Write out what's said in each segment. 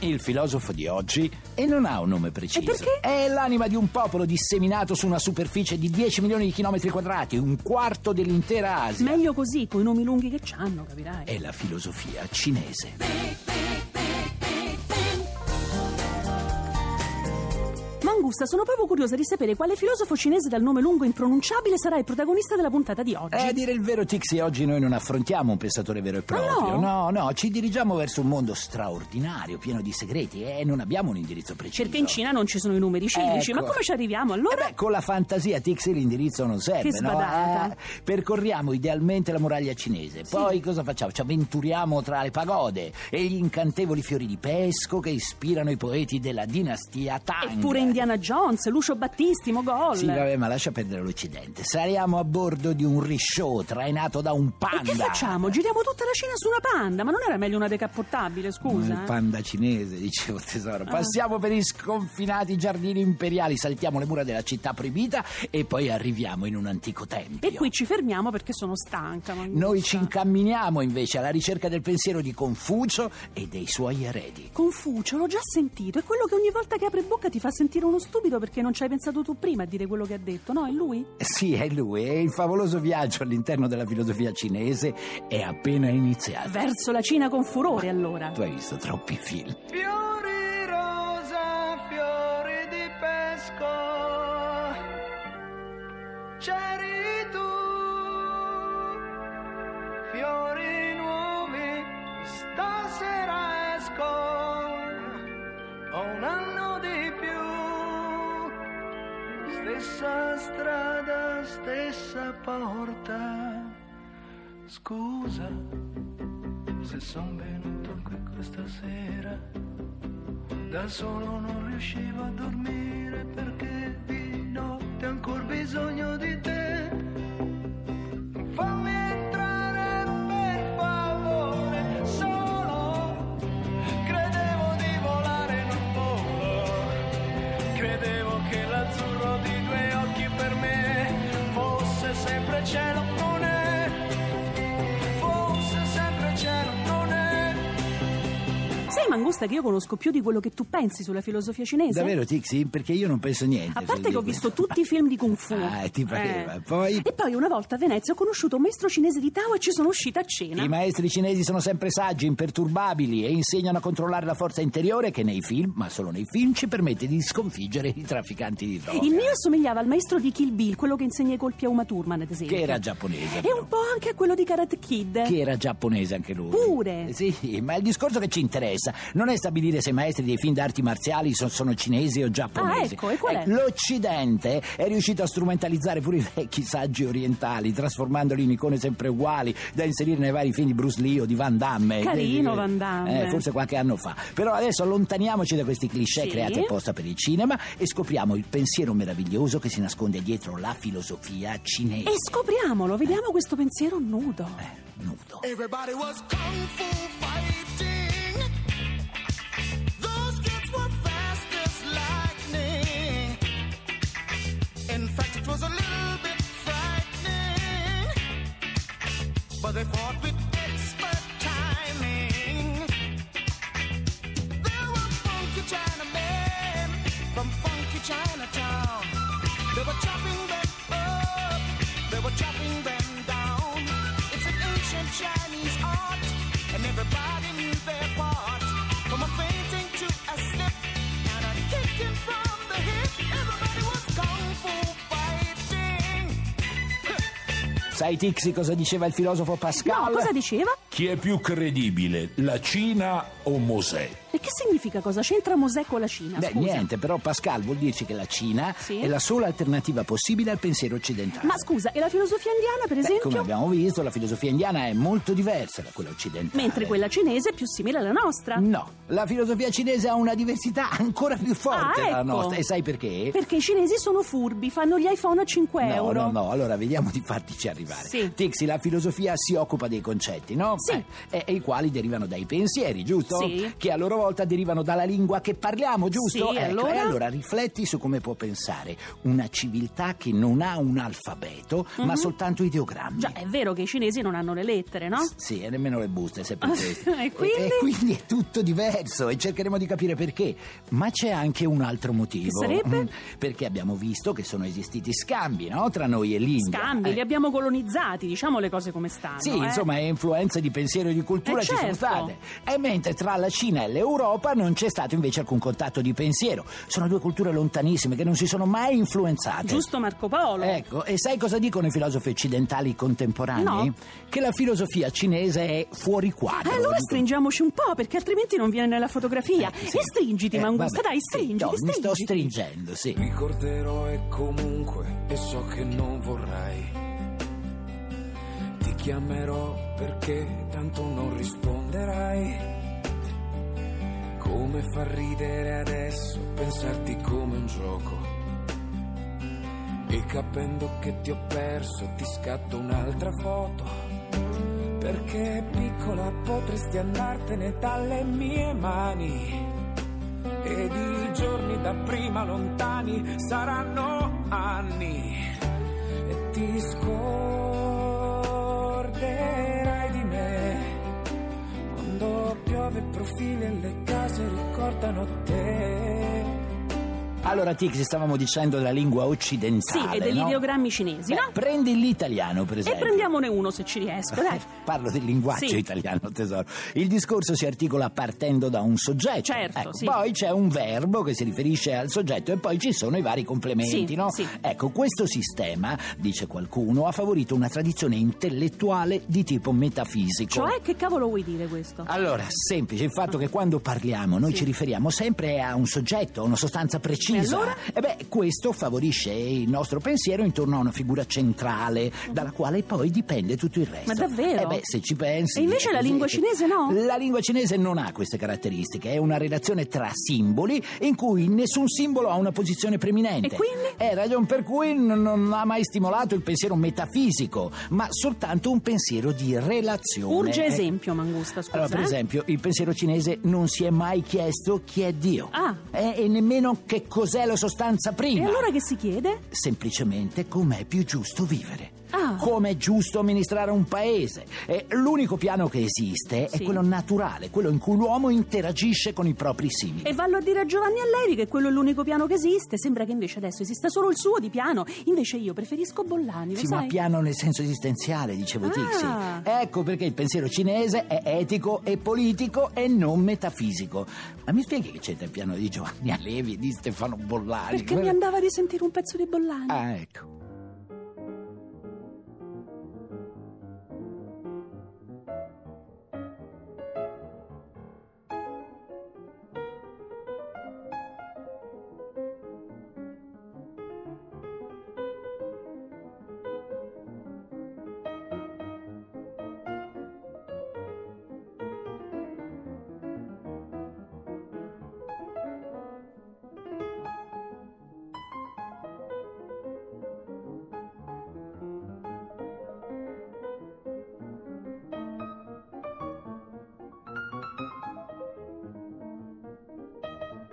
Il filosofo di oggi, e non ha un nome preciso, E perché? è l'anima di un popolo disseminato su una superficie di 10 milioni di chilometri quadrati, un quarto dell'intera Asia. Meglio così, coi nomi lunghi che c'hanno, capirai È la filosofia cinese. Mangusta, sono proprio curiosa di sapere quale filosofo cinese dal nome lungo e impronunciabile sarà il protagonista della puntata di oggi Eh, a dire il vero, Tixi, oggi noi non affrontiamo un pensatore vero e proprio. Ah, no? no, ci dirigiamo verso un mondo straordinario, pieno di segreti e non abbiamo un indirizzo preciso. Perché in Cina non ci sono i numeri civici, Ecco. ma come ci arriviamo allora? Eh beh, con la fantasia, Tixi, l'indirizzo non serve, Che no? sbadata. Eh, percorriamo idealmente la muraglia cinese. Poi cosa facciamo? Ci avventuriamo tra le pagode e gli incantevoli fiori di pesco che ispirano i poeti della dinastia Tang. Eppure Indiana Jones, Lucio Battisti, Mogol Sì, vabbè, ma lascia perdere l'Occidente. Saliamo a bordo di un risciò trainato da un panda. E che facciamo? Giriamo tutta la Cina su una panda? Ma non era meglio una decappottabile, Il scusa? Ah. eh? panda cinese, dicevo tesoro. Passiamo per i sconfinati giardini imperiali, saltiamo le mura della città proibita e poi arriviamo in un antico tempio. E qui ci fermiamo perché sono stanca. Mangusta. Noi ci incamminiamo invece alla ricerca del pensiero di Confucio e dei suoi eredi. Confucio, l'ho già sentito, è quello che ogni volta che apre bocca ti fa sentire uno stupido perché non ci hai pensato tu prima a dire quello che ha detto, no? È lui? Sì, è lui, e il favoloso viaggio all'interno della filosofia cinese è appena iniziato. Verso la Cina con furore, allora. Tu hai visto troppi film. Eh Fiori rosa, fiori di pesco, c'eri tu, fiori nuovi, stasera esco, ho un anno di più, stessa strada, stessa porta, scusa se son venuto qui questa sera. Da solo non riuscivo a dormire perché di notte ho ancora bisogno di te. Fammi entrare per favore, solo credevo di volare, non volo. Credevo che l'azzurro di due occhi per me fosse sempre cielo, non è. Fosse sempre cielo, non è. Sai, Mangusta, che io conosco più di quello che tu pensi sulla filosofia cinese? Davvero, Tixi? Perché io non penso niente. A parte sul che ho libro. visto tutti i film di Kung Fu. Eh. Ah, e ti pareva. Poi- E poi una volta a Venezia ho conosciuto un maestro cinese di Tao e ci sono uscita a cena. I maestri cinesi sono sempre saggi, imperturbabili e insegnano a controllare la forza interiore che nei film, ma solo nei film, ci permette di sconfiggere i trafficanti di droga. Il mio assomigliava al maestro di Kill Bill, quello che insegna i colpi a Uma Thurman, ad esempio. Che era giapponese. E però. un po' anche a quello di Karate Kid. Che era giapponese anche lui. Eh, Pure. Sì, ma il discorso che ci interessa non è stabilire se i maestri dei film d'arti marziali so- sono cinesi o giapponesi. Ah, ecco, e qual è? Eh, L'Occidente è riuscito a strumentalizzare pure i vecchi saggi orientali, trasformandoli in icone sempre uguali da inserire nei vari film di Bruce Lee o di Van Damme. Carino Eh, Van Damme. eh, forse qualche anno fa. Però adesso allontaniamoci da questi cliché Sì. creati apposta per il cinema e scopriamo il pensiero meraviglioso che si nasconde dietro la filosofia cinese. E scopriamolo, vediamo questo pensiero nudo. Eh, nudo. Everybody was kung fu fighting. Those kids were fast as lightning. In fact, it was a little bit frightening. But they fought with expert timing. There were funky Chinamen from funky Chinatown. They were chopping them up, they were chopping them down. It's an ancient Chinese art, and everybody knew their part. From a fainting to a slip, and a kicking from the hip. Everybody was kung fu fighting. Sai, Tixi, cosa diceva il filosofo Pascal? No, cosa diceva? Chi è più credibile, la Cina o Mosè? E che significa cosa c'entra Mosè con la Cina? Beh, scusa? niente, però Pascal vuol dirci che la Cina Sì? è la sola alternativa possibile al pensiero occidentale. Ma scusa, e la filosofia indiana, per Beh, esempio? come abbiamo visto, la filosofia indiana è molto diversa da quella occidentale. Mentre quella cinese è più simile alla nostra. No, la filosofia cinese ha una diversità ancora più forte Ah, della ecco. nostra. E sai perché? Perché i cinesi sono furbi, fanno gli iPhone a 5 No, euro. no, no, allora vediamo di fartici arrivare. Sì. Tixi, la filosofia si occupa dei concetti, no? Sì. Eh, e i quali derivano dai pensieri, giusto? Sì. Che a loro volta derivano dalla lingua che parliamo, giusto? Sì, Ecco, allora? E allora rifletti su come può pensare una civiltà che non ha un alfabeto, ma soltanto ideogrammi. Mhm. Già, è vero che i cinesi non hanno le lettere, no? Sì, e nemmeno le buste, se per questo. E quindi? E, quindi è tutto diverso e cercheremo di capire perché. Ma c'è anche un altro motivo. Che sarebbe? Mm, Perché abbiamo visto che sono esistiti scambi, no? Tra noi e l'India. Scambi, Eh, li abbiamo colonizzati, diciamo le cose come stanno. Sì, eh. insomma, influenze di pensiero e di cultura Eh, ci sono certo. state. E mentre tra la Cina e l'Europa non c'è stato invece alcun contatto di pensiero. Sono due culture lontanissime che non si sono mai influenzate. Giusto Marco Eh, Paolo? Ecco, e sai cosa dicono i filosofi occidentali contemporanei? No. Che la filosofia cinese è fuori quadro. Eh, allora Dicono- stringiamoci un po', perché altrimenti non viene nella fotografia. Eh, sì. E stringiti, Eh, Mangusta, vabbè, dai, sì, stringiti, no, mi sto stringiti. stringendo, sì. Ricorderò e comunque, e so che non vorrai. Ti chiamerò perché tanto non risponderai. Come fa ridere adesso pensarti come un gioco. E capendo che ti ho perso ti scatto un'altra foto. Perché piccola potresti andartene dalle mie mani ed i giorni da prima lontani saranno anni e ti scorderai di me quando piove profili e le case ricordano te Allora, Tix, stavamo dicendo la lingua Sì, occidentale. e degli no? ideogrammi cinesi, Beh, no? Prendi l'italiano, per E esempio. prendiamone uno se ci riesco, dai. Parlo del linguaggio Sì. italiano, tesoro. Il discorso si articola partendo da un soggetto. Certo, Ecco, sì. Poi c'è un verbo che si riferisce al soggetto e poi ci sono i vari complementi, Sì, no? sì. Ecco, questo sistema, dice qualcuno, ha favorito una tradizione intellettuale di tipo metafisico. Cioè, che cavolo vuoi dire questo? Allora, semplice, il fatto che quando parliamo noi Sì. ci riferiamo sempre a un soggetto, a una sostanza precisa. E allora? E beh, questo favorisce il nostro pensiero intorno a una figura centrale, dalla quale poi dipende tutto il resto. Mhm. Ma davvero? Eh beh, se ci pensi. E invece è la così. lingua cinese no? La lingua cinese non ha queste caratteristiche, è una relazione tra simboli in cui nessun simbolo ha una posizione preminente. E quindi? È ragion per cui non- non ha mai stimolato il pensiero metafisico, ma soltanto un pensiero di relazione. Urge Eh, esempio, Mangusta, scusa. allora, per eh. esempio, il pensiero cinese non si è mai chiesto chi è Dio. Ah. Eh, e nemmeno che cos'è la sostanza E prima. allora che si chiede? Semplicemente com'è più giusto vivere. Ah. Com'è giusto amministrare un paese. Eh, l'unico piano che esiste è Sì. quello naturale, quello in cui l'uomo interagisce con i propri simili. E vallo a dire a Giovanni Allevi che quello è l'unico piano che esiste. Sembra che invece adesso esista solo il suo di piano. Invece io preferisco Bollani, lo Sì, ma sai? piano nel senso esistenziale, dicevo Ah. Tixi. Ecco perché il pensiero cinese è etico e politico e non metafisico. Ma mi spieghi che c'entra il piano di Giovanni Allevi e di Stefano Bollani? Perché mi andava di sentire un pezzo di Bollani. Ah, ecco.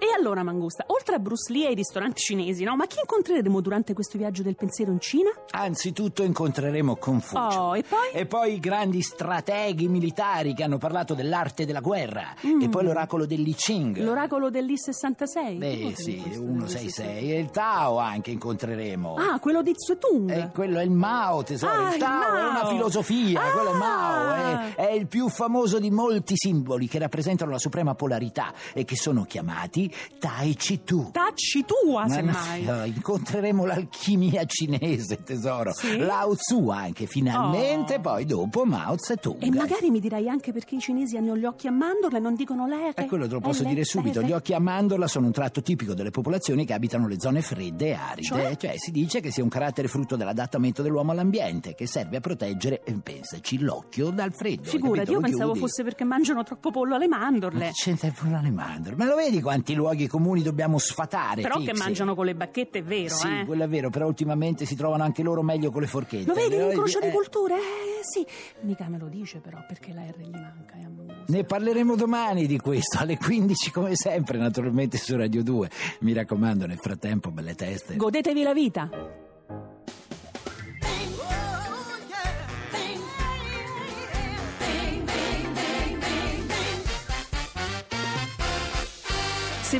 E allora, Mangusta, oltre a Bruce Lee e ai ristoranti cinesi, no? Ma chi incontreremo durante questo viaggio del pensiero in Cina? Anzitutto incontreremo Confucio. Oh, e poi? E poi i grandi strateghi militari che hanno parlato dell'arte della guerra. Mm. E poi l'oracolo dell'I Ching. L'oracolo dell'I66? Beh, sì, 166. E il Tao anche incontreremo. Ah, quello di Tsetung. Eh, quello è il Mao, tesoro. Ah, il il Tao è Mao. una filosofia, Ah. quello è Mao. eh. È, è il più famoso di molti simboli che rappresentano la suprema polarità e che sono chiamati Taici tu. Tacci tua, Ma no, semmai. no, incontreremo l'alchimia cinese, tesoro. Sì? Lao Tzu anche, finalmente, Oh. poi dopo Mao Zedong. E magari mi dirai anche perché i cinesi hanno gli occhi a mandorla e non dicono lei. E Eh, quello te lo posso dire subito, gli occhi a mandorla sono un tratto tipico delle popolazioni che abitano le zone fredde e aride, Cioè? si dice che sia un carattere frutto dell'adattamento dell'uomo all'ambiente, che serve a proteggere, eh, pensaci, l'occhio dal freddo. hai Figurati, capito? io Lo pensavo chiudi. fosse perché mangiano troppo pollo alle Ma mandorle. che c'entra il pollo alle mandorle? Ma lo vedi quanti luoghi comuni dobbiamo sfatare? Però che Tixi? mangiano con le bacchette, è vero, Sì, eh? quello è vero, però ultimamente si trovano anche loro meglio con le forchette. Lo vedi Eh, l'incrocio di eh, culture? Eh, sì. Mica me lo dice però perché la R gli manca. eh, è ammosa. Ne parleremo domani di questo, alle 15 come sempre, naturalmente su Radio 2. Mi raccomando, nel frattempo, belle teste. Godetevi la vita. Se